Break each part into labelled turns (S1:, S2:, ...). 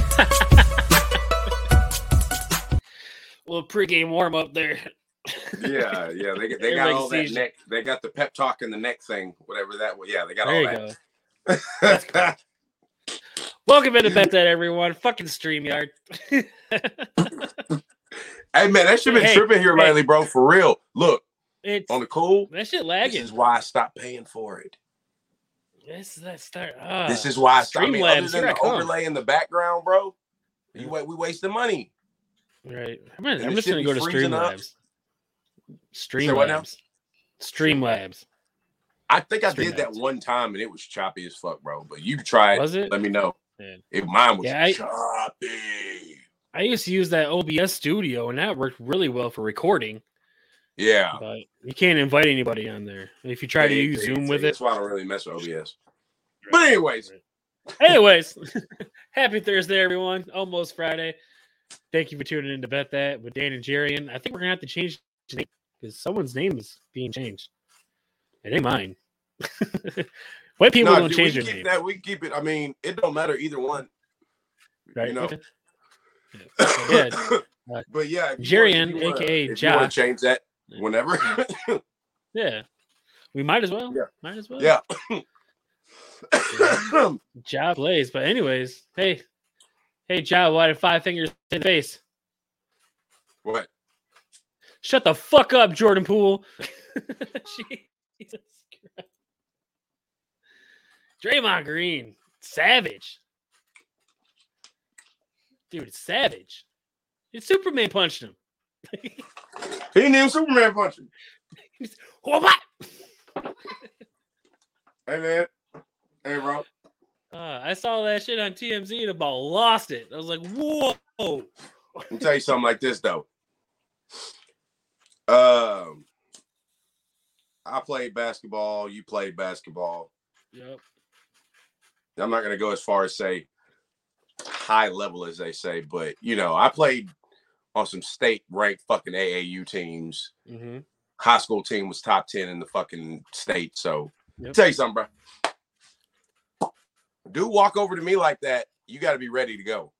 S1: little pregame warm up there.
S2: yeah, yeah. They they got
S1: Everybody
S2: all that
S1: sees you.
S2: neck. They got the pep talk and the neck thing, whatever that. was. Yeah, they got
S1: There you
S2: all
S1: go.
S2: that.
S1: Welcome into Bet That Everyone. Fucking StreamYard.
S2: hey man, that should have been
S1: Hey,
S2: tripping here
S1: hey.
S2: lately, bro. For real. Look
S1: It's
S2: on the cool.
S1: that shit
S2: This
S1: lagging.
S2: is why I stopped paying for it.
S1: This is that start. ah.
S2: This is why I stopped. I mean, other
S1: Streamlabs,
S2: than
S1: here I
S2: the
S1: come.
S2: overlay in the background, bro. You wait, we wasting money.
S1: right. I'm, gonna,
S2: and
S1: I'm
S2: it
S1: just
S2: should
S1: gonna
S2: be
S1: go to
S2: freezing up.
S1: Streamlabs.
S2: what now?
S1: Streamlabs. Streamlabs.
S2: I think I
S1: Stream
S2: did that
S1: ads.
S2: one time and it was choppy as fuck, bro. But you try it.
S1: Was it?
S2: Let me know.
S1: Yeah.
S2: If mine was
S1: Yeah, I-
S2: choppy.
S1: I used to use that OBS studio and that worked really well for recording,
S2: Yeah.
S1: but you can't invite anybody on there. If you try to
S2: Oh. Yeah,
S1: use
S2: yeah,
S1: Zoom
S2: yeah.
S1: with it.
S2: That's why I don't really mess with OBS. But anyways,
S1: Anyways, happy Thursday, everyone. Almost Friday. Thank you for tuning in to Bet That with Dan and Jerry. And I think we're gonna have to change the name because someone's name is being changed. It ain't mine. White people
S2: nah,
S1: don't
S2: dude,
S1: change
S2: we keep
S1: their name.
S2: that. We keep it. I mean, it don't matter either one.
S1: right?
S2: you know.
S1: Okay. Yeah. Uh,
S2: but yeah, if you
S1: Jerry
S2: wanna-
S1: and
S2: if you wanna-
S1: AKA
S2: if you wanna
S1: Josh.
S2: change that whenever.
S1: Yeah. We might as well.
S2: Yeah.
S1: Might as well.
S2: yeah.
S1: Ja plays. But anyways, hey. Hey Ja, why did five fingers in the face?
S2: what?
S1: Shut the fuck up, Jordan Poole. Jesus Christ. Draymond Green. Savage. Dude, it's savage. It's Superman punched him.
S2: He named Superman punching.
S1: What?
S2: Hey man. Hey bro.
S1: Uh, I saw that shit on TMZ and about lost it. I was like, whoa.
S2: Let me tell you something like this though. Um, I played basketball. You played basketball.
S1: Yep.
S2: I'm not gonna go as far as say high level as they say, but you know, I played on some state ranked fucking AAU teams.
S1: Mm-hmm.
S2: High school team was top ten in the fucking state. So
S1: Yep.
S2: tell you something, bro. Do walk over to me like that, you gotta be ready to go.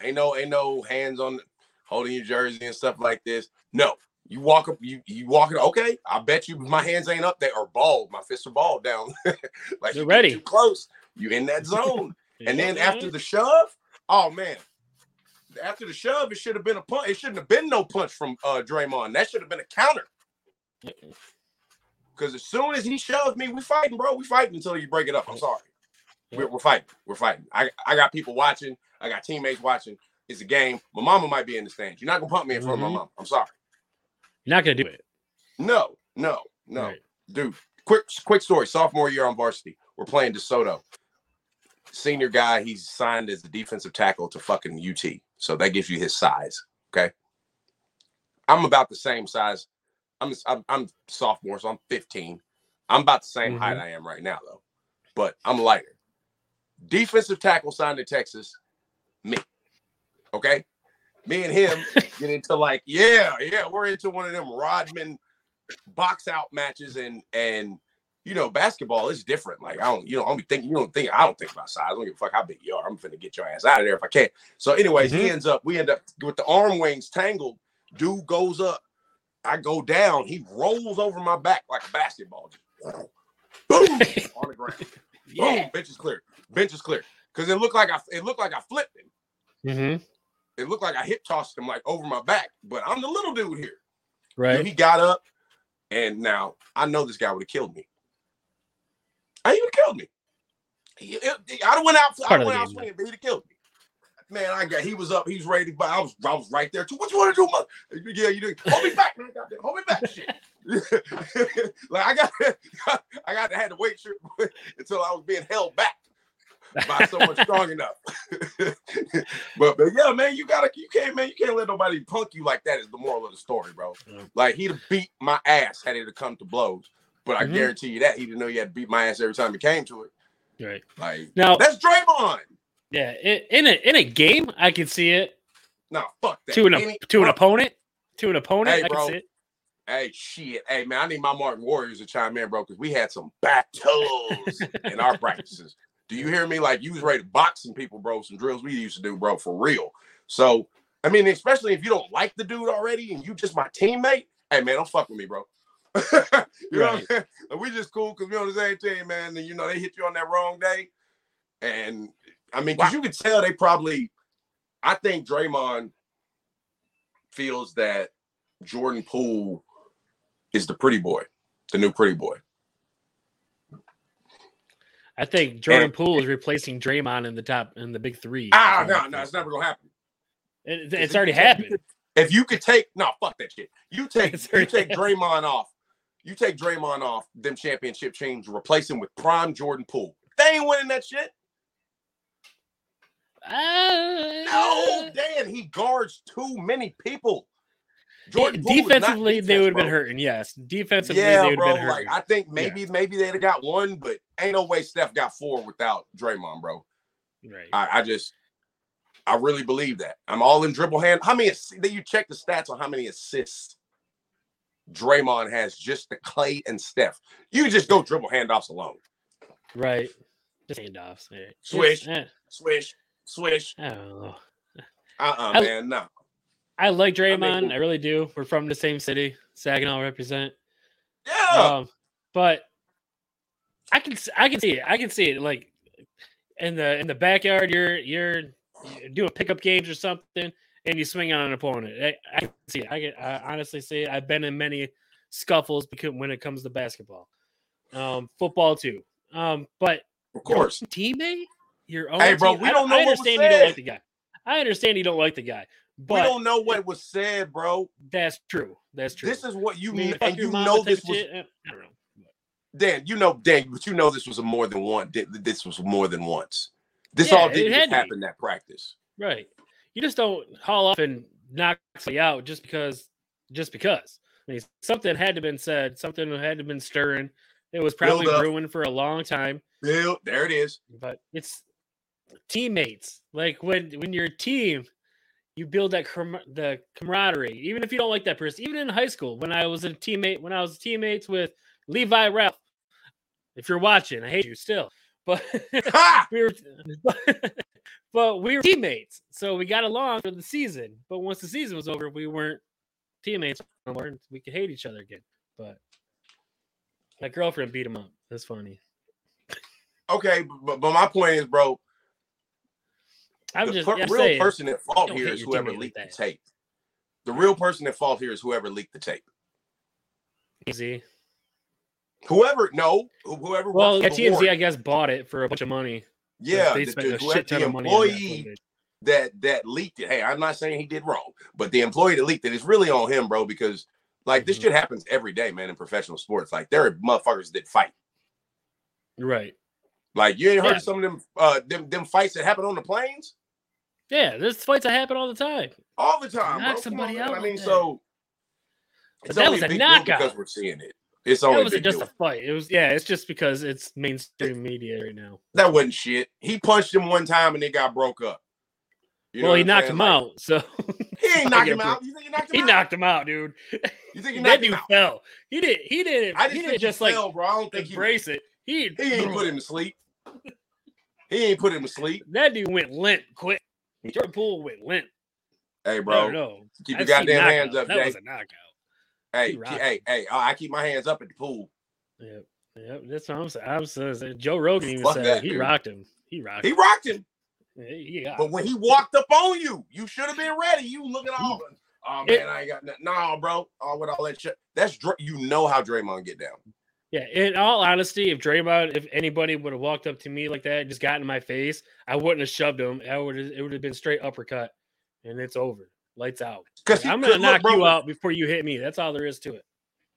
S2: Ain't no ain't no hands on holding your jersey and stuff like this. No. You walk up, you you walk it. Okay, I bet you my hands ain't up. They are balled. My fists are balled down. like
S1: They're
S2: you get
S1: ready.
S2: Too close. You in that zone. And then after the shove, oh man. After the shove, it should have been a punch. It shouldn't have been no punch from uh Draymond. That should have been a counter. Because as soon as he shoved me, we fighting, bro. We fighting until you break it up. I'm sorry. We're, we're fighting. We're fighting. I, I got people watching. I got teammates watching. It's a game. My mama might be in the stands. You're not gonna pump me in front of
S1: Mhm.
S2: my mom. I'm sorry.
S1: You're not gonna do it.
S2: No, no, no
S1: Right.
S2: dude. Quick, quick story. Sophomore year on varsity, we're playing DeSoto. Senior guy, he's signed as a defensive tackle to fucking UT, so that gives you his size. Okay, I'm about the same size. I'm I'm, I'm sophomore, so I'm 15. I'm about the same height
S1: Mhm.
S2: I am right now, though, but I'm lighter. Defensive tackle signed to Texas, me. Okay, me and him get into like, yeah, yeah, we're into one of them Rodman box out matches and and you know basketball is different. Like I don't, you know, I don't be thinking, you don't think, I don't think about size. I don't give a fuck how big you are. I'm finna get your ass out of there if I can. So, anyways, he
S1: Mhm.
S2: ends up, we end up with the arm wings tangled. Dude goes up, I go down. He rolls over my back like a basketball. Boom on the ground. Boom, bench is clear. Bench is clear. Cause it looked like I, it looked like I flipped him
S1: Mm-hmm.
S2: it looked like I hip tossed him like over my back, but I'm the little dude here. Dude,
S1: Right.
S2: he got up, and now I know this guy would have killed me. I would have killed me. He- it- it- I'd have went out.
S1: Part
S2: I'd
S1: of
S2: went
S1: the
S2: out
S1: game,
S2: swinging, but he'd have killed me. Man, I got. He was up. He was ready. But I was. I was right there too. What you want to do, mother? Yeah, you do. Hold me back, man. Goddamn, Hold me back, shit. like I got. I got. I had to wait sure- until I was being held back by someone strong enough. but, but yeah, man, you gotta, you can't, man, you can't let nobody punk you like that. Is the moral of the story, bro?
S1: Yeah.
S2: Like he'd have beat my ass had it have come to blows, but I
S1: Mhm.
S2: guarantee you that he didn't know he had to beat my ass every time he came to it.
S1: Right.
S2: Like
S1: Now,
S2: that's Draymond.
S1: yeah, i- in a in a game, I can see it
S2: No, fuck that.
S1: to an
S2: Any-
S1: op- to an opponent, to an opponent.
S2: Hey,
S1: I can
S2: bro.
S1: see it.
S2: Hey, shit. Hey, man, I need my Martin Warriors to chime in, bro, because we had some battles in our practices. Do you hear me? Like, you was ready to box some people, bro, some drills we used to do, bro, for real. So, I mean, especially if you don't like the dude already and you just my teammate. Hey man, don't fuck with me, bro. you know what I'm saying? Like, we just cool because we on the same team, man. And you know, they hit you on that wrong day. And I mean, because you could tell they probably I think Draymond feels that Jordan Poole is the pretty boy, the new pretty boy.
S1: I think Jordan Poole is replacing Draymond in the top in the big three.
S2: Ah, no, no, it's never gonna happen.
S1: It- it's already happened.
S2: If you could take no, fuck that shit. You take
S1: It's
S2: you
S1: already
S2: take Draymond off. You take Draymond off them championship teams, replace him with prime Jordan Poole. They ain't winning that shit. No,
S1: Uh, No,
S2: Dan, he guards too many people. Poole is not
S1: defensively they
S2: defense,
S1: would have been
S2: bro.
S1: hurting. Yes, defensively they
S2: Yeah,
S1: would
S2: bro.
S1: have been hurting.
S2: Like I think maybe maybe they'd have got one, but ain't no way Steph got four without Draymond, bro.
S1: right.
S2: I, I just I really believe that. I'm all in dribble hand. How many ass- that you check the stats on how many assists Draymond has just to Clay and Steph. You just go dribble handoffs alone.
S1: Right. Just handoffs. All right.
S2: Swish.
S1: Eh,
S2: Swish, swish.
S1: I don't know.
S2: Uh-uh,
S1: I-
S2: man. No.
S1: I like Draymond. I,
S2: mean-
S1: really do. We're from the same city. Saginaw represent.
S2: Yeah.
S1: Um, but I can s- I can see it. I can see it. Like in the in the backyard, you're you're doing pickup games or something, and you swing on an opponent. I, I can see it. I can I honestly see it. I've been in many scuffles because when it comes to basketball, um, football too. Um, but
S2: of course.
S1: your teammate, your own.
S2: Hey, bro,
S1: team-
S2: we
S1: I,
S2: don't know
S1: I
S2: what was
S1: understand you don't
S2: said.
S1: like the guy. I understand you don't like the guy,
S2: we
S1: but
S2: don't know what was said, bro.
S1: that's true. That's true.
S2: This is what you
S1: I mean,
S2: mean,
S1: fuck
S2: and
S1: your
S2: you
S1: mama
S2: know
S1: type
S2: this
S1: of
S2: was
S1: shit. Eh, I don't know.
S2: Dan, you know, Dan, but you know this was a more than one. thi- This was more than once. This
S1: Yeah,
S2: all
S1: it
S2: didn't
S1: had
S2: just
S1: to be.
S2: happen that practice.
S1: Right. You just don't haul up and knock somebody out just because just because. I mean something had to been said, something had to been stirring. It was
S2: Build
S1: probably
S2: up.
S1: brewing for a long time,
S2: Bill, there it is.
S1: but it's teammates. Like when when you're a team, you build that camar- the camaraderie. Even if you don't like that person, even in high school, when I was a teammate, when I was teammates with Levi Ralph, if you're watching, I hate you still, but
S2: Ha!
S1: we were but we were teammates so we got along for the season but once the season was over we weren't teammates no more, and we could hate each other again but my girlfriend beat him up that's funny
S2: Okay, but, but my point is, bro,
S1: i'm
S2: the
S1: just
S2: per-
S1: I'm
S2: real
S1: saying,
S2: person at fault
S1: don't
S2: here
S1: hit
S2: is
S1: your
S2: whoever
S1: teammate like
S2: leaked
S1: that.
S2: the tape. The real person at fault here is whoever leaked the tape.
S1: TMZ.
S2: Whoever, no, wh- whoever.
S1: well
S2: works
S1: yeah
S2: for
S1: tmz
S2: Warren.
S1: i guess bought it for a bunch of money
S2: yeah,
S1: they
S2: the,
S1: spent
S2: the,
S1: a shit
S2: whoever,
S1: ton
S2: the
S1: of money on that
S2: employee
S1: footage.
S2: that that leaked it. Hey, I'm not saying he did wrong, but the employee that leaked it is really on him, bro, because like this
S1: Mhm.
S2: shit happens every day, man, in professional sports. Like there are motherfuckers that fight.
S1: right
S2: Like you ain't heard
S1: Yeah.
S2: of some of them uh them them fights that happen on the planes
S1: yeah there's fights that happen all the time
S2: all the time.
S1: Knock
S2: bro. Come
S1: somebody
S2: man.
S1: out
S2: I
S1: like
S2: mean,
S1: that.
S2: so
S1: But that
S2: only
S1: was a
S2: big deal
S1: knockout.
S2: because we're seeing it. It's
S1: that
S2: only
S1: wasn't
S2: big
S1: just a
S2: deal.
S1: fight it was yeah it's just because it's mainstream media right now
S2: that wasn't shit. He punched him one time and they got broke up. You know
S1: well
S2: what
S1: he
S2: I'm
S1: knocked
S2: saying?
S1: him
S2: Like,
S1: out so
S2: He ain't knocked
S1: Yeah,
S2: him
S1: bro.
S2: out. You think he knocked him
S1: he
S2: out?
S1: knocked him out dude
S2: You think he
S1: that
S2: knocked him
S1: dude
S2: out?
S1: fell. He did. He didn't.
S2: I just
S1: he
S2: think
S1: didn't just
S2: he
S1: like
S2: fell, bro. I don't think he
S1: embrace it. He,
S2: He ain't put him to sleep. He ain't put him to sleep.
S1: that dude went limp quick. Jordan Poole went limp.
S2: Hey,
S1: I don't
S2: bro,
S1: know.
S2: keep
S1: I
S2: your
S1: see
S2: goddamn hands
S1: knockouts.
S2: up,
S1: That
S2: Jay.
S1: was a knockout.
S2: Hey,
S1: he
S2: ke-
S1: rocked.
S2: hey, hey! I I keep my hands up at the pool.
S1: Yep. Yep. That's what I'm saying. I'm saying. Joe Rogan even
S2: Fuck
S1: said
S2: that
S1: he
S2: dude.
S1: rocked him. He rocked
S2: He Oh.
S1: him.
S2: rocked him,
S1: He, he got
S2: but when he walked up on you, you should have been ready. You looking all, oh man,
S1: It-
S2: I ain't got nothing. No, bro, oh, with all that shit. That's Dr- you know how Draymond get down.
S1: Yeah, in all honesty, if Draymond, if anybody would have walked up to me like that, and just got in my face, I wouldn't have shoved him. I would it would have been straight uppercut, and it's over, lights out.
S2: Because
S1: I'm gonna knock you out before you hit me. That's all there is to it.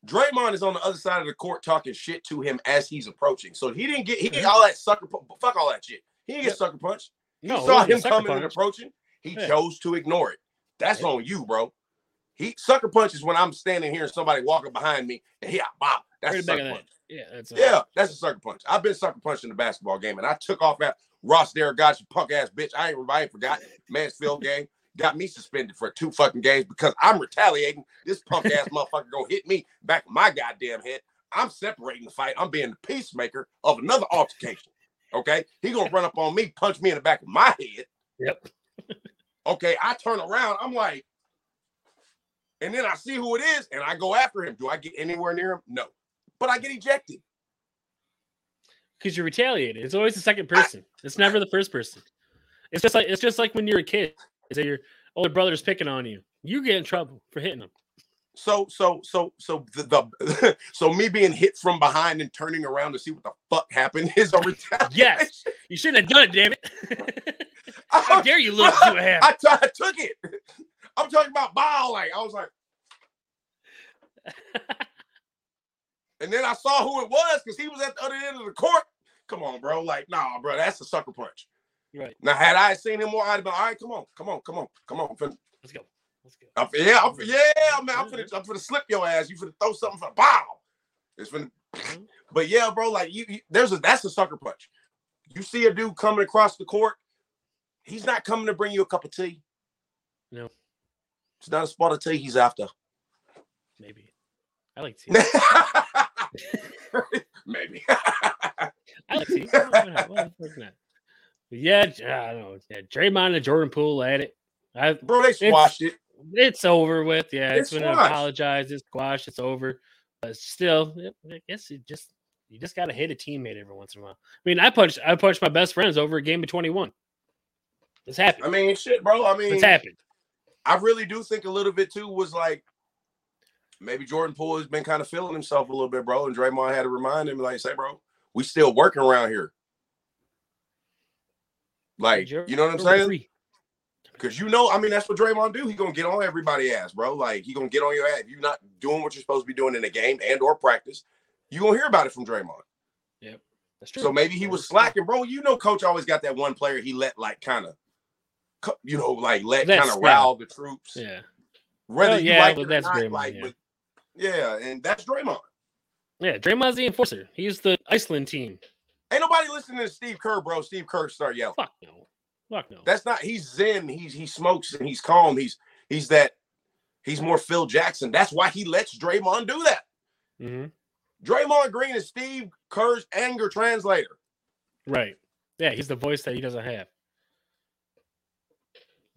S2: Draymond is on the other side of the court talking shit to him as he's approaching. So he didn't get he didn't all that sucker. pu- Fuck all that shit. He didn't get sucker punched.
S1: No, it
S2: he saw
S1: wasn't a
S2: him
S1: sucker
S2: coming and
S1: punch.
S2: approaching. He
S1: Yeah.
S2: chose to ignore it. That's
S1: Yeah.
S2: on you, bro. He sucker punch is when I'm standing here and somebody walking behind me and he ah, bop. That's
S1: Right
S2: a
S1: in the back
S2: sucker
S1: of
S2: punch.
S1: the head. Yeah, that's all.
S2: Yeah, that's a sucker punch. I've been sucker punched in the basketball game, and I took off at Ross there, got you punk ass bitch. I ain't I ain't forgot Mansfield game. Got me suspended for two fucking games because I'm retaliating. This punk ass motherfucker gonna hit me back in my goddamn head. I'm separating the fight. I'm being the peacemaker of another altercation. Okay, he gonna run up on me, punch me in the back of my head.
S1: Yep.
S2: Okay, I turn around. I'm like, and then I see who it is, and I go after him. Do I get anywhere near him? No, but I get ejected.
S1: because you're retaliated. It's always the second person. It's never the first person. It's just like it's just like when you're a kid. Is that your older brother's picking on you? You get in trouble for hitting him.
S2: So so so so the, the so me being hit from behind and turning around to see what the fuck happened is a retaliation.
S1: Yes, you shouldn't have done it. Damn it! How
S2: I,
S1: dare you look to a half?
S2: I t- I took it. I'm talking about ball. Like I was like, and then I saw who it was because he was at the other end of the court. Come on, bro. Like, nah, bro, that's a sucker punch.
S1: Right.
S2: Now, had I seen him more, I'd have been all right. Come on, come on, come on, come on. I'm finna,
S1: Let's go. Let's go.
S2: I'm, yeah, I'm, yeah, man. I'm
S1: Mm-hmm.
S2: finna, I'm finna slip your ass. You finna throw something for the bow. It's finna,
S1: Mhm.
S2: but yeah, bro. Like you, you, there's a that's a sucker punch. You see a dude coming across the court. He's not coming to bring you a cup of tea.
S1: No.
S2: it's not a spot of tea he's after.
S1: Maybe. I like tea.
S2: Maybe.
S1: I like tea. Why not? Why the fuck not? But yeah, J- I don't know. Yeah, Draymond and Jordan Poole at it. I,
S2: Bro, they squashed it.
S1: it's over with. Yeah,
S2: It's
S1: it's been
S2: squashed.
S1: apologized. It's squashed. It's over. But still, it- I guess it just you just gotta hit a teammate every once in a while. I mean, I punched I punched my best friends over a game of twenty one. It's happened.
S2: I mean, shit, bro. I mean,
S1: It's happened.
S2: I really do think a little bit too was like maybe Jordan Poole has been kind of feeling himself a little bit, bro. And Draymond had to remind him, like, say, bro, we still working around here. Like, you know what I'm
S1: Jordan
S2: saying?
S1: Free.
S2: Because you know, I mean, that's what Draymond do. He gonna get on everybody ass, bro. Like he gonna get on your ass. If you're not doing what you're supposed to be doing in the game and or practice, you gonna hear about it from Draymond.
S1: That's true.
S2: So maybe he
S1: That
S2: was
S1: is true.
S2: slacking, bro. You know, coach always got that one player he let like kind of, you know, like let
S1: Let
S2: kind of
S1: slide.
S2: rile the troops.
S1: Yeah.
S2: Whether
S1: Well,
S2: you
S1: yeah,
S2: like
S1: but
S2: it or
S1: that's
S2: not,
S1: Draymond,
S2: like,
S1: yeah.
S2: but- yeah, and that's Draymond.
S1: Yeah. Draymond's the enforcer. He's the Iceland team.
S2: Ain't nobody listening to Steve Kerr, bro. Steve Kerr start yelling.
S1: Fuck no. Fuck no.
S2: That's not he's zen. He's he smokes and he's calm. He's he's that he's more Phil Jackson. That's why he lets Draymond do that.
S1: hmm
S2: Draymond Green is Steve Kerr's anger translator.
S1: Right. Yeah, he's the voice that he doesn't have.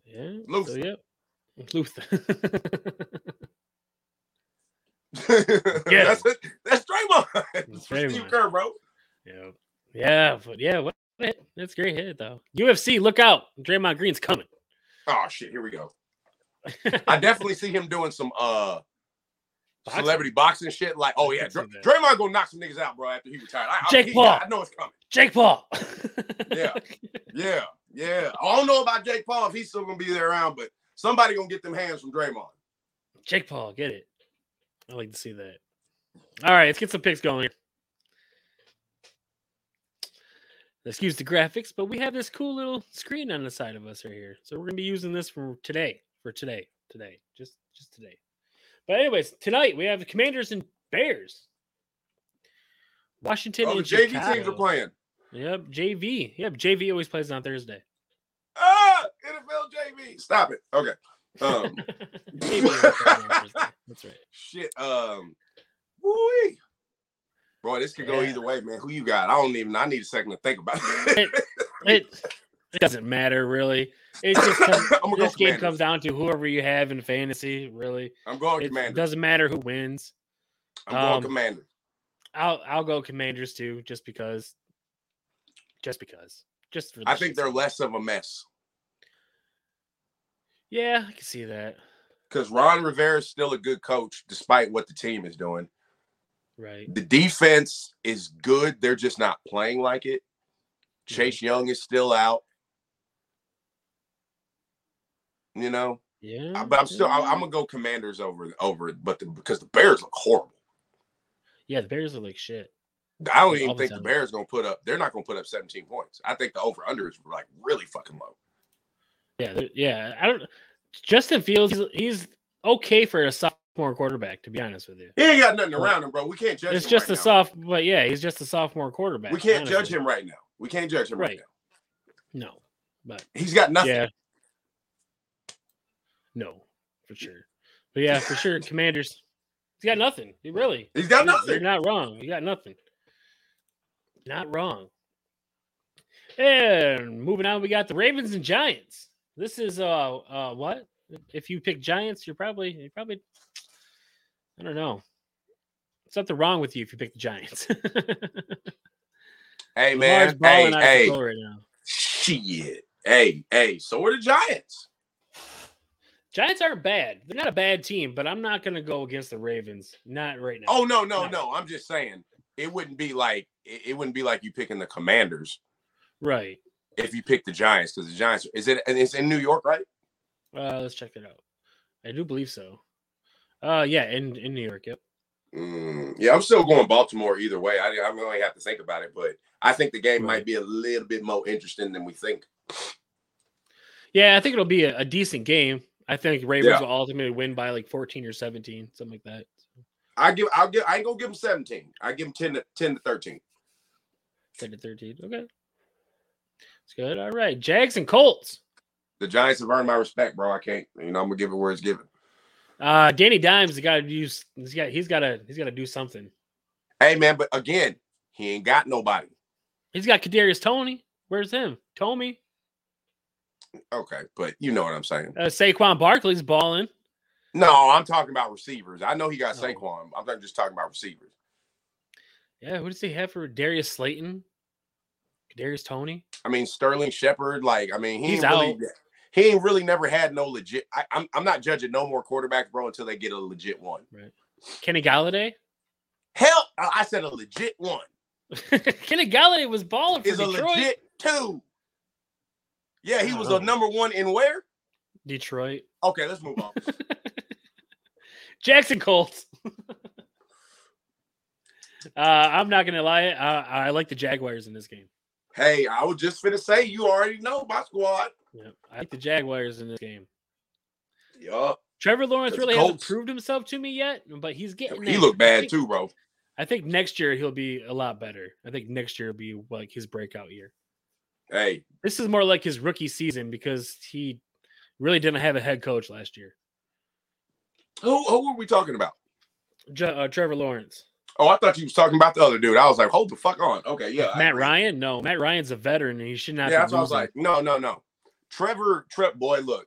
S1: Yeah. So,
S2: Luther.
S1: yep. Luther. Yeah.
S2: that's it. That's Draymond. That's Steve
S1: Draymond.
S2: Kerr, bro.
S1: Yeah. Yeah, but yeah, what a hit. that's a great hit though. UFC, look out. Draymond Green's coming.
S2: Oh shit, here we go. I definitely see him doing some uh
S1: Boxing.
S2: celebrity boxing shit. Like, oh yeah, Dr-
S1: see that.
S2: Draymond gonna knock some niggas out, bro. After he retired, I, I-
S1: Jake
S2: he-
S1: Paul.
S2: I know it's coming.
S1: Jake Paul.
S2: Yeah. Yeah, yeah. I don't know about Jake Paul if he's still gonna be there around, but somebody gonna get them hands from Draymond.
S1: Jake Paul, get it. I like to see that. All right, let's get some picks going here. Excuse the graphics, but we have this cool little screen on the side of us right here. So we're gonna be using this for today, for today, today, just just today. But anyways, tonight we have the Commanders and Bears. Washington
S2: Oh, the
S1: and
S2: JV teams are
S1: Chicago.
S2: playing.
S1: Yep, JV. Yep, JV always plays on Thursday.
S2: Ah, NFL JV. Stop it. Okay. Um,
S1: JV always plays on Thursday. That's right.
S2: shit. Um, woo-wee. Boy, this could go
S1: Yeah.
S2: either way, man. Who you got? I don't even. I need a second to think about it.
S1: It it doesn't matter really. It just comes,
S2: I'm gonna go
S1: this game
S2: Commanders.
S1: comes down to whoever you have in fantasy. Really,
S2: I'm going
S1: it
S2: Commander.
S1: doesn't matter who wins.
S2: I'm going
S1: um,
S2: Commander.
S1: I'll I'll go Commanders too, just because. Just because. Just for.
S2: I
S1: the
S2: think
S1: shits.
S2: they're less of a mess
S1: Yeah, I can see that.
S2: because Ron Rivera is still a good coach despite what the team is doing.
S1: Right.
S2: The defense is good. They're just not playing like it. Chase Young is still out. You know,
S1: Yeah.
S2: I- but I'm still. I, I'm gonna go Commanders over over, it, but the, because the Bears look horrible.
S1: Yeah, the Bears are like shit.
S2: I don't
S1: Yeah,
S2: even think the
S1: offensive.
S2: Bears gonna put up. They're not gonna put up 17 points. I think the over under is like really fucking low.
S1: Yeah, they're- yeah. I don't. Justin Fields, he's, he's okay for a sophomore quarterback. To be honest with you,
S2: He ain't got nothing around him, bro. We can't judge.
S1: it's
S2: him
S1: just
S2: right
S1: a
S2: now.
S1: soft, but yeah, he's just a sophomore quarterback.
S2: We can't judge
S1: honestly.
S2: him right now. We can't judge him right,
S1: Right.
S2: now.
S1: No, but
S2: He's got nothing.
S1: yeah, no, for sure. But yeah, for sure, Commanders. He's got nothing. He really.
S2: He's got
S1: You're-
S2: nothing.
S1: You're not wrong. You got nothing. Not wrong. And moving on, we got the Ravens and Giants. This is uh uh what? If you pick Giants, you're probably you probably I don't know. Something wrong with you if you pick the Giants.
S2: Hey
S1: Lamar's
S2: man,
S1: balling
S2: hey,
S1: out of
S2: hey,
S1: control right now.
S2: shit, hey, hey. So are the Giants.
S1: Giants aren't bad. They're not a bad team, but I'm not going to go against the Ravens. Not right now.
S2: Oh no, no,
S1: No.
S2: no. I'm just saying it wouldn't be like it, it wouldn't be like you picking the Commanders
S1: right.
S2: if you pick the Giants because the Giants is it and it's in New York, right?
S1: Uh, let's check it out. I do believe so. Uh, yeah, in in New York. Yep.
S2: Mm, yeah, I'm still going Baltimore either way. I I really have to think about it, but I think the game
S1: Right.
S2: might be a little bit more interesting than we think.
S1: Yeah, I think it'll be a, a decent game. I think Ravens
S2: Yeah.
S1: will ultimately win by like 14 or 17, something like that.
S2: I give I'll give I ain't gonna give them 17. I give them 10 to 10 to 13.
S1: 10 to 13. Okay. It's good. All right. Jags and Colts.
S2: The Giants have earned my respect, bro. I can't, you know, I'm gonna give it where it's given.
S1: Uh, Danny Dimes got to use. He's got. He's got to. He's got to do something.
S2: Hey man, but again, he ain't got nobody.
S1: He's got Kadarius Tony. Where's him? Tommy.
S2: Okay, but you know what I'm saying.
S1: Uh, Saquon Barkley's balling.
S2: No, I'm talking about receivers. I know he got
S1: Oh.
S2: Saquon. I'm not just talking about receivers.
S1: Yeah, who does he have for Darius Slayton? Darius Tony?
S2: I mean, Sterling Shepard, like, I mean, he
S1: He's
S2: ain't really he ain't really never had no legit. I, I'm I'm not judging no more quarterbacks, bro, until they get a legit one.
S1: Kenny Galladay?
S2: Hell, I I said a legit one
S1: Kenny Galladay was balling for
S2: is a
S1: Detroit. Oh.
S2: legit two. Yeah, he
S1: I
S2: was
S1: don't
S2: a number one in where?
S1: Detroit.
S2: Okay, let's move on.
S1: Jackson Colts. uh, I'm not gonna lie. Uh, I like the Jaguars in this game.
S2: hey, I was just finna say you already know my squad.
S1: Yeah, I like the Jaguars in this game.
S2: Yup.
S1: Trevor Lawrence
S2: That's
S1: really hasn't
S2: Colts.
S1: proved himself to me yet, but he's getting.
S2: He
S1: there.
S2: looked
S1: I
S2: bad
S1: think-
S2: too, bro.
S1: I think next year he'll be a lot better. I think next year will be like his breakout year.
S2: Hey,
S1: This is more like his rookie season because he really didn't have a head coach last year.
S2: who who were we talking about?
S1: Ju- uh, Trevor Lawrence,
S2: Oh, I thought you was talking about the other dude. I was like, hold the fuck on. Okay, yeah. I
S1: Matt
S2: agree.
S1: Ryan. No, Matt Ryan's a veteran and he should not.
S2: Yeah,
S1: be
S2: that's what I was
S1: losing.
S2: like. No, no, no. Trevor, Trep, boy, look.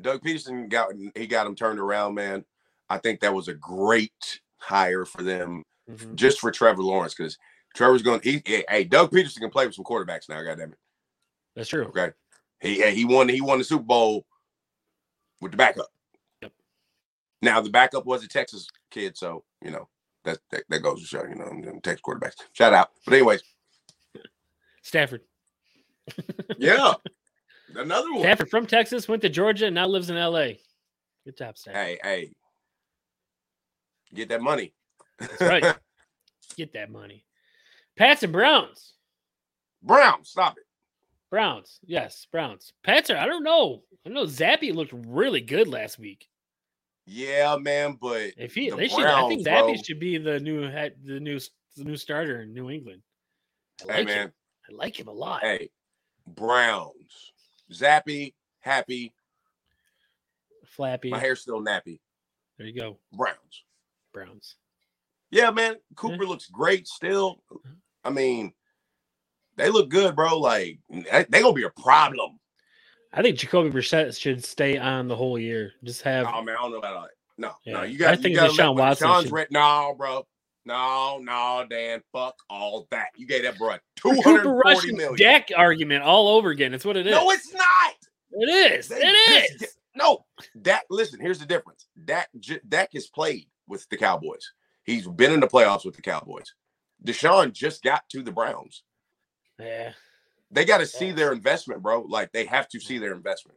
S2: Doug Peterson got he got him turned around, man. I think that was a great hire for them,
S1: Mhm.
S2: just for Trevor Lawrence, because Trevor's going. He, hey, hey, Doug Peterson can play with some quarterbacks now. Goddamn it.
S1: That's true.
S2: Okay. He hey, he won he won the Super Bowl with the backup.
S1: Yep.
S2: Now the backup was a Texas kid, so you know that that, that goes to show. You know, them Texas quarterbacks. Shout out. But anyways,
S1: Stafford.
S2: yeah, another one.
S1: Stafford from Texas went to Georgia and now lives in L.A. Good job, Stafford.
S2: Hey, hey, get that money.
S1: That's right. Get that money. Pats and Browns.
S2: Brown, stop it.
S1: Browns. Yes, Browns. Pats are. I don't know. I know Zappy looked really good last week.
S2: Yeah, man, but
S1: If he,
S2: The
S1: they should, I think
S2: Browns, bro.
S1: Zappy should be the new head, the new, the new starter in New England. I like
S2: hey,
S1: him.
S2: man,
S1: I like him a lot.
S2: hey, Browns, Zappy, happy.
S1: Flappy.
S2: My hair's still nappy.
S1: There you go,
S2: Browns.
S1: Browns.
S2: Yeah, man.
S1: Mm-hmm.
S2: Cooper looks great still. I mean, they look good, bro. Like they they gonna be a problem.
S1: I think Jacoby Brissett should stay on the whole year. Just have
S2: Oh man, I don't know about all that. No, no,
S1: Yeah,
S2: you
S1: I
S2: got.
S1: think
S2: you gotta
S1: Deshaun
S2: let, when
S1: Watson
S2: Deshaun's
S1: should-
S2: re- no, bro. No, no, Dan. Fuck all that. You gave that bro two
S1: Cooper
S2: hundred
S1: Rush
S2: forty
S1: and
S2: million.
S1: Dak argument all over again. It's what it is.
S2: No, it's not.
S1: it is.
S2: They
S1: It
S2: just
S1: is.
S2: No, Dak. Listen, here's the difference. Dak j- Dak has played with the Cowboys. He's been in the playoffs with the Cowboys. Deshaun just got to the Browns.
S1: Yeah.
S2: They got to see
S1: Yes. Mm-hmm.
S2: their investment, bro. Like they have to see their investment.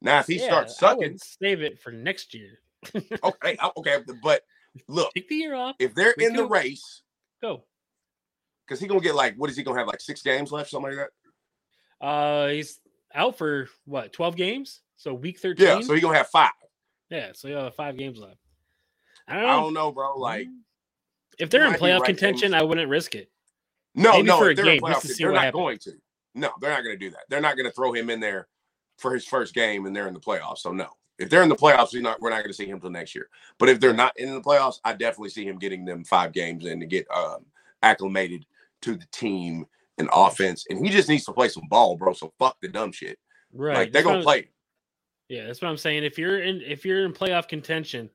S2: Now, if he
S1: Yeah,
S2: starts
S1: I would
S2: sucking,
S1: save it for next year.
S2: okay, I- okay. But look,
S1: Take the year off.
S2: if they're
S1: We
S2: in the
S1: do.
S2: race,
S1: Go.
S2: because he gonna get like, what is he gonna have like six games left, something like that?
S1: Uh, he's out for what? Twelve games. So week thirteen.
S2: Yeah, so he gonna have five.
S1: yeah. So you have five games left. I don't
S2: I
S1: know.
S2: don't know, bro. Like,
S1: if they're in
S2: might be
S1: playoff
S2: right,
S1: contention,
S2: James.
S1: I wouldn't risk it.
S2: no,
S1: Maybe
S2: no,
S1: for
S2: if
S1: a
S2: they're
S1: game,
S2: in
S1: just
S2: playoff,
S1: to see
S2: they're
S1: what
S2: not
S1: happens.
S2: going to. No, they're not gonna do that. They're not gonna throw him in there for his first game, and they're in the playoffs. So no, if they're in the playoffs, we're not we're not gonna see him till next year. But if they're not in the playoffs, I definitely see him getting them five games in to get um, acclimated to the team and offense. And he just needs to play some ball, bro. So fuck the dumb shit.
S1: Right.
S2: Like they're
S1: That's what
S2: gonna
S1: I'm-
S2: play. him.
S1: Yeah, that's what I'm saying. If you're in if you're in playoff contention,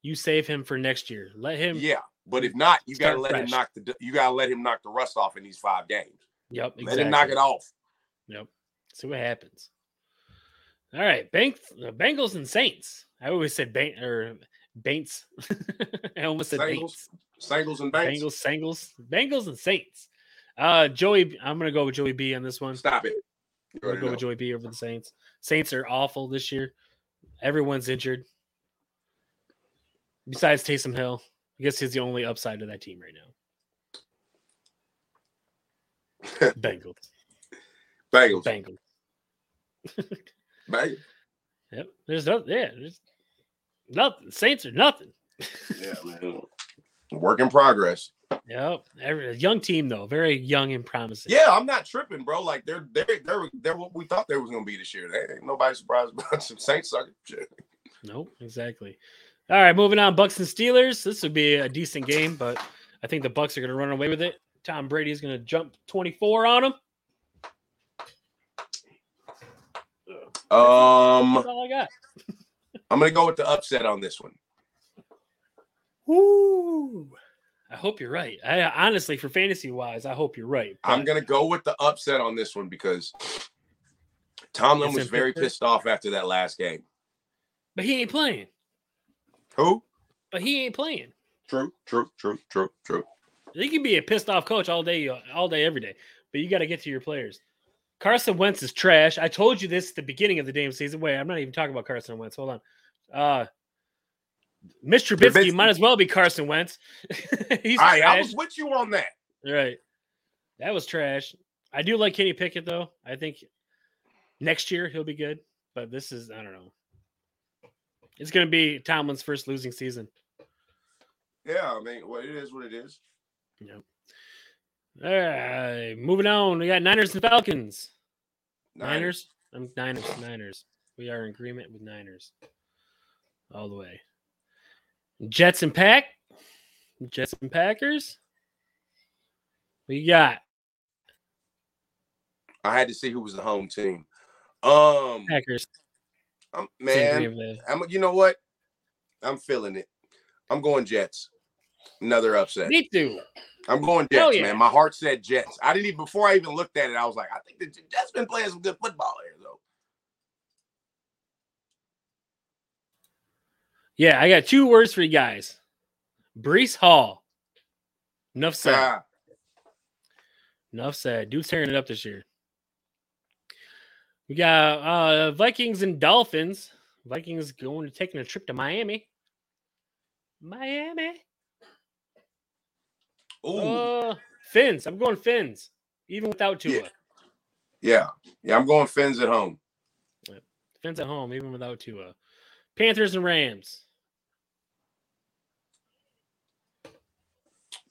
S1: you save him for next year. Let him
S2: Yeah, but if not, you gotta
S1: Start
S2: let him
S1: fresh.
S2: knock the d- you gotta let him knock the rust off in these five games.
S1: Yep, exactly.
S2: Let him knock it off.
S1: Yep. See what happens. All right, Bank, uh, Bengals and Saints. I always said Bank or Baints. I almost said
S2: Bengals,
S1: Baints.
S2: Singles and banks.
S1: Bengals, Sangles, Bengals and Saints. Uh, Joey, I'm gonna go with Joey B on this one.
S2: Stop it. You
S1: I'm gonna
S2: already
S1: go
S2: know.
S1: with Joey B over the Saints. Saints are awful this year. Everyone's injured. Besides Taysom Hill, I guess he's the only upside to that team right now. Bengals,
S2: Bengals.
S1: Bengals.
S2: Bengals.
S1: Yep. There's nothing. Yeah. There's nothing. Saints are nothing.
S2: Yeah, man. Work in progress.
S1: Yep. Every, a young team though, very young and promising.
S2: Yeah, I'm not tripping, bro. Like they're they are they are they're what we thought they was gonna be this year. They ain't nobody surprised about some Saints sucker. Shit.
S1: Nope. Exactly. All right. Moving on. Bucks and Steelers. This would be a decent game, but I think the Bucks are going to run away with it. Tom Brady is going to jump 24 on them.
S2: Um,
S1: That's all I got.
S2: Um, I'm gonna go with the upset on this one.
S1: Woo. I hope you're right. I honestly, for fantasy wise, I hope you're right.
S2: I'm
S1: but
S2: gonna go with the upset on this one because Tomlin
S1: It's
S2: was
S1: in
S2: very
S1: Pittsburgh?
S2: pissed off after that last game.
S1: But he ain't playing.
S2: Who?
S1: But he ain't playing.
S2: True, true, true, true, true.
S1: He can be a pissed off coach all day, uh, all day, every day. But you got to get to your players. Carson Wentz is trash. I told you this at the beginning of the damn season. Wait, I'm not even talking about Carson Wentz. Hold on. Uh Mr. Trubisky
S2: Trubisky.
S1: might as well be Carson Wentz. He's
S2: All right, I
S1: trash.
S2: was with you on that.
S1: right. That was trash. I do like Kenny Pickett though. I think next year he'll be good. But this is I don't know. It's gonna be Tomlin's first losing season.
S2: Yeah, I mean, well, it is what it is.
S1: All right, moving on. We got Niners and Falcons.
S2: Niners.
S1: Niners. I'm Niners. Niners. We are in agreement with Niners all the way. Jets and Pack. Jets and Packers. We got
S2: I had to see who was the home team. Um,
S1: Packers.
S2: I'm,
S1: Same
S2: man,
S1: green wave.
S2: I'm. You know what? I'm feeling it. I'm going Jets. Another upset.
S1: Me too.
S2: I'm going Jets,
S1: Hell yeah.
S2: man. My heart said Jets. I didn't even before I even looked at it. I was like, I think the J- Jets been playing some good football here, though.
S1: Yeah, I got two words for you guys. Brees Hall. Enough said.
S2: Ah,
S1: Enough said. Dude's tearing it up this year. We got uh Vikings and Dolphins. Vikings going to taking a trip to Miami. Miami.
S2: ooh,
S1: Uh, Finns. I'm going Finns, even without Tua.
S2: Yeah. yeah, yeah. I'm going Fins at home.
S1: Finns at home, even without Tua. Panthers and Rams.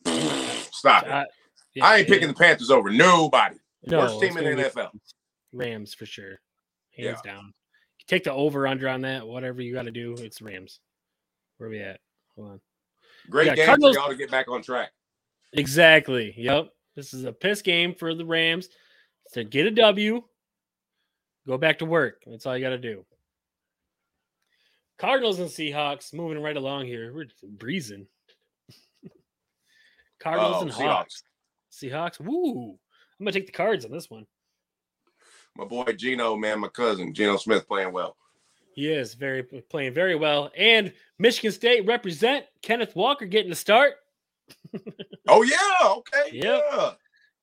S2: Stop it.
S1: I, Uh, yeah,
S2: I ain't
S1: it-
S2: picking the Panthers over nobody.
S1: no,
S2: Worst
S1: it's
S2: team in
S1: gonna
S2: the
S1: be
S2: NFL.
S1: Rams for sure,
S2: Yeah.
S1: hands down. Take the over under on that. Whatever you got to do, it's Rams. Where we at? Hold on.
S2: Great
S1: Yeah,
S2: game
S1: Cardinals-
S2: for y'all to get back on track.
S1: Exactly. Yep. This is a piss game for the Rams to get a W, go back to work. That's all you got to do. Cardinals and Seahawks moving right along here. We're just breezing. Cardinals
S2: Oh,
S1: and
S2: Seahawks.
S1: Hawks. Seahawks. Woo. I'm going to take the cards on this one.
S2: My boy Gino, man, my cousin Geno Smith playing well.
S1: He is very playing very well. And Michigan State represent Kenneth Walker getting the start.
S2: Oh yeah, okay,
S1: Yep.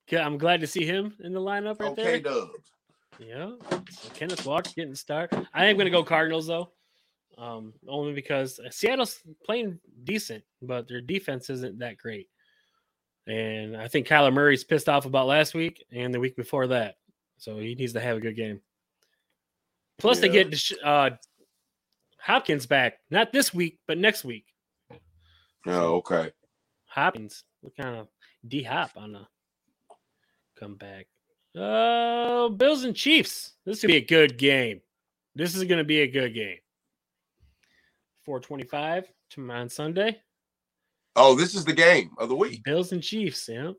S2: yeah,
S1: I'm glad to see him in the lineup right there.
S2: okay, Dubs.
S1: Yeah, so Kenneth Walker getting the start. I am going to go Cardinals though, um, only because Seattle's playing decent, but their defense isn't that great. And I think Kyler Murray's pissed off about last week and the week before that, so he needs to have a good game. Plus, they
S2: Yeah.
S1: get Desha- uh, Hopkins back not this week, but next week.
S2: Oh, okay.
S1: Hopkins. What kind of D Hop on the comeback? Uh, Bills and Chiefs. This could be a good game. This is going to be a good game. 425 to on Sunday.
S2: Oh, this is the game of the week.
S1: Bills and Chiefs. Yeah.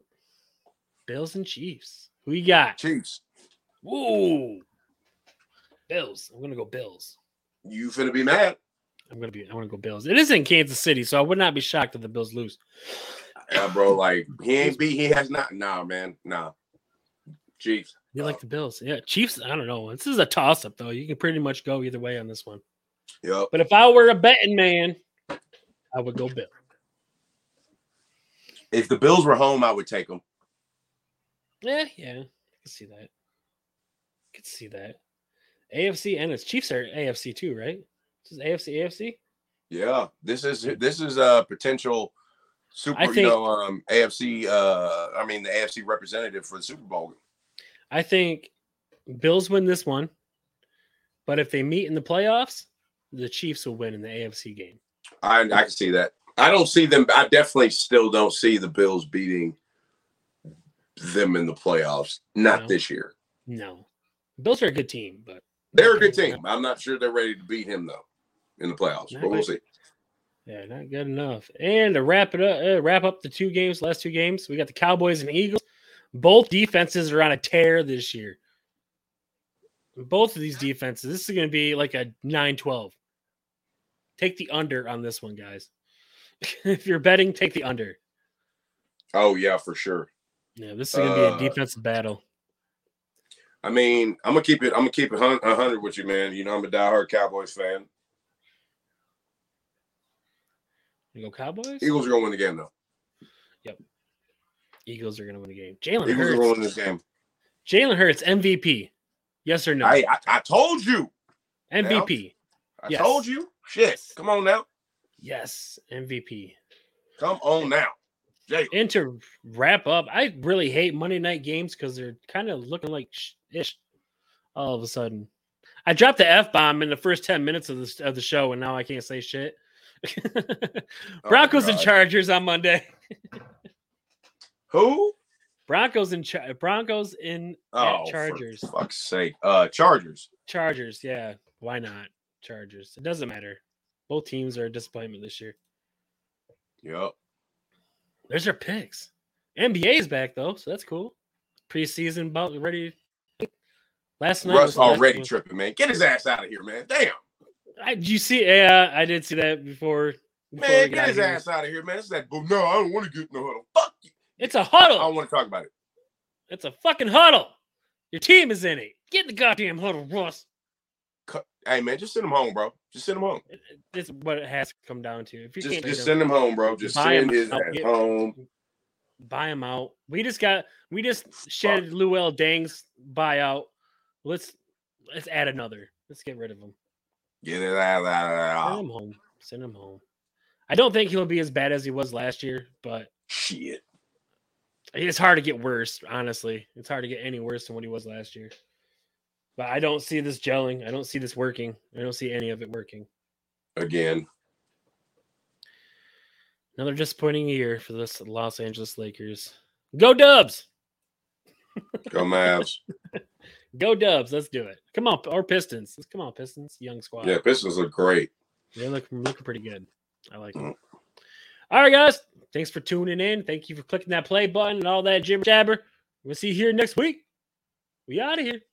S1: Bills and Chiefs. Who you got?
S2: Chiefs.
S1: Whoa. Bills. I'm gonna go Bills.
S2: You finna be mad.
S1: I'm gonna be. I want to go Bills. It is in Kansas City, so I would not be shocked if the Bills lose.
S2: Yeah, bro. Like he ain't beat. He has not. Nah, man. Nah. Chiefs.
S1: You like the Bills, yeah? Chiefs. I don't know. This is a toss up though. You can pretty much go either way on this one.
S2: Yep.
S1: But if I were a betting man, I would go Bill.
S2: If the Bills were home, I would take them.
S1: Yeah, Eh, yeah, I can see that. I can see that. AFC and its Chiefs are AFC too, right? This is AFC, AFC.
S2: Yeah. This is this is a potential super.
S1: I
S2: you
S1: think-
S2: know, um, AFC. Uh, I mean the AFC representative for the Super Bowl.
S1: I think Bills win this one, but if they meet in the playoffs, the Chiefs will win in the AFC game.
S2: I I can see that. I don't see them. I definitely still don't see the Bills beating them in the playoffs. Not
S1: No.
S2: this year.
S1: No, Bills are a good team, but
S2: They're a good team. I'm not sure they're ready to beat him though in the playoffs, but we'll see.
S1: Yeah, not good enough. And to wrap it up, uh, wrap up the two games, last two games, we got the Cowboys and Eagles. Both defenses are on a tear this year. Both of these defenses, this is going to be like a 9 12. Take the under on this one, guys. if you're betting, take the under.
S2: Oh yeah, for sure.
S1: Yeah, this is going to
S2: Uh,
S1: be a defensive battle.
S2: I mean, I'm gonna keep it. I'm gonna keep it hun- a hundred with you, man. You know, I'm a diehard Cowboys fan.
S1: You go Cowboys?
S2: Eagles are gonna win the game though.
S1: Eagles are going to win the game. Jalen
S2: Eagles are gonna
S1: Hurts.
S2: win this game.
S1: Jalen Hurts, MVP. Yes or no?
S2: I I, I told you.
S1: MVP.
S2: I
S1: Yes.
S2: told you. Shit. Come on now.
S1: Yes, MVP.
S2: Come on now. Jay.
S1: And to wrap up, I really hate Monday night games because they're kind of looking like sh- ish all of a sudden. I dropped the f bomb in the first ten minutes of the of the show, and now I can't say shit. Broncos and
S2: Oh, God.
S1: Chargers on Monday.
S2: Who?
S1: Broncos and Char- Broncos in
S2: Oh,
S1: Chargers.
S2: Chargers. For fuck's sake. Uh, Chargers.
S1: Chargers. Yeah, why not Chargers? It doesn't matter. Both teams are a disappointment this year.
S2: Yep.
S1: There's your picks. NBA is back though, so that's cool. Preseason about ready. Last night was
S2: Russ
S1: the last
S2: already
S1: one.
S2: tripping, man. Get his ass out of here, man. Damn.
S1: I, did you see? Yeah, I did see that before. before we
S2: Man,
S1: got
S2: get his
S1: here.
S2: ass out of here, man. It's that boom. No, I don't want to get in the huddle. Fuck you.
S1: It's a
S2: I
S1: huddle.
S2: don't want to talk about it.
S1: It's a fucking huddle. Your team is in it. Get in the goddamn huddle, Russ.
S2: Hey, man, just send him home, bro. Just send him home.
S1: That's what it has to come down to. If you
S2: Just,
S1: can't
S2: just
S1: beat 'em,
S2: send him home, bro. Just
S1: Buy him
S2: send his
S1: out.
S2: ass
S1: Get-
S2: home.
S1: buy him out. We just got we just shed Luell Dang's buyout. Let's let's add another. Let's get rid of him.
S2: Get it out of
S1: Send
S2: out.
S1: him home. Send him home. I don't think he'll be as bad as he was last year, but
S2: Shit.
S1: It's hard to get worse, honestly. It's hard to get any worse than what he was last year. But I don't see this gelling. I don't see this working. I don't see any of it working.
S2: Again.
S1: Another disappointing year for this Los Angeles Lakers. Go Dubs.
S2: Come abs.
S1: Go Dubs. Let's do it. Come on. Or Pistons. Let's come on, Pistons. Young squad.
S2: Yeah, Pistons look great.
S1: They look looking pretty good. I like
S2: Mm.
S1: it. All right, guys. Thanks for tuning in. Thank you for clicking that play button and all that jibber jabber. We'll see you here next week. We out of here.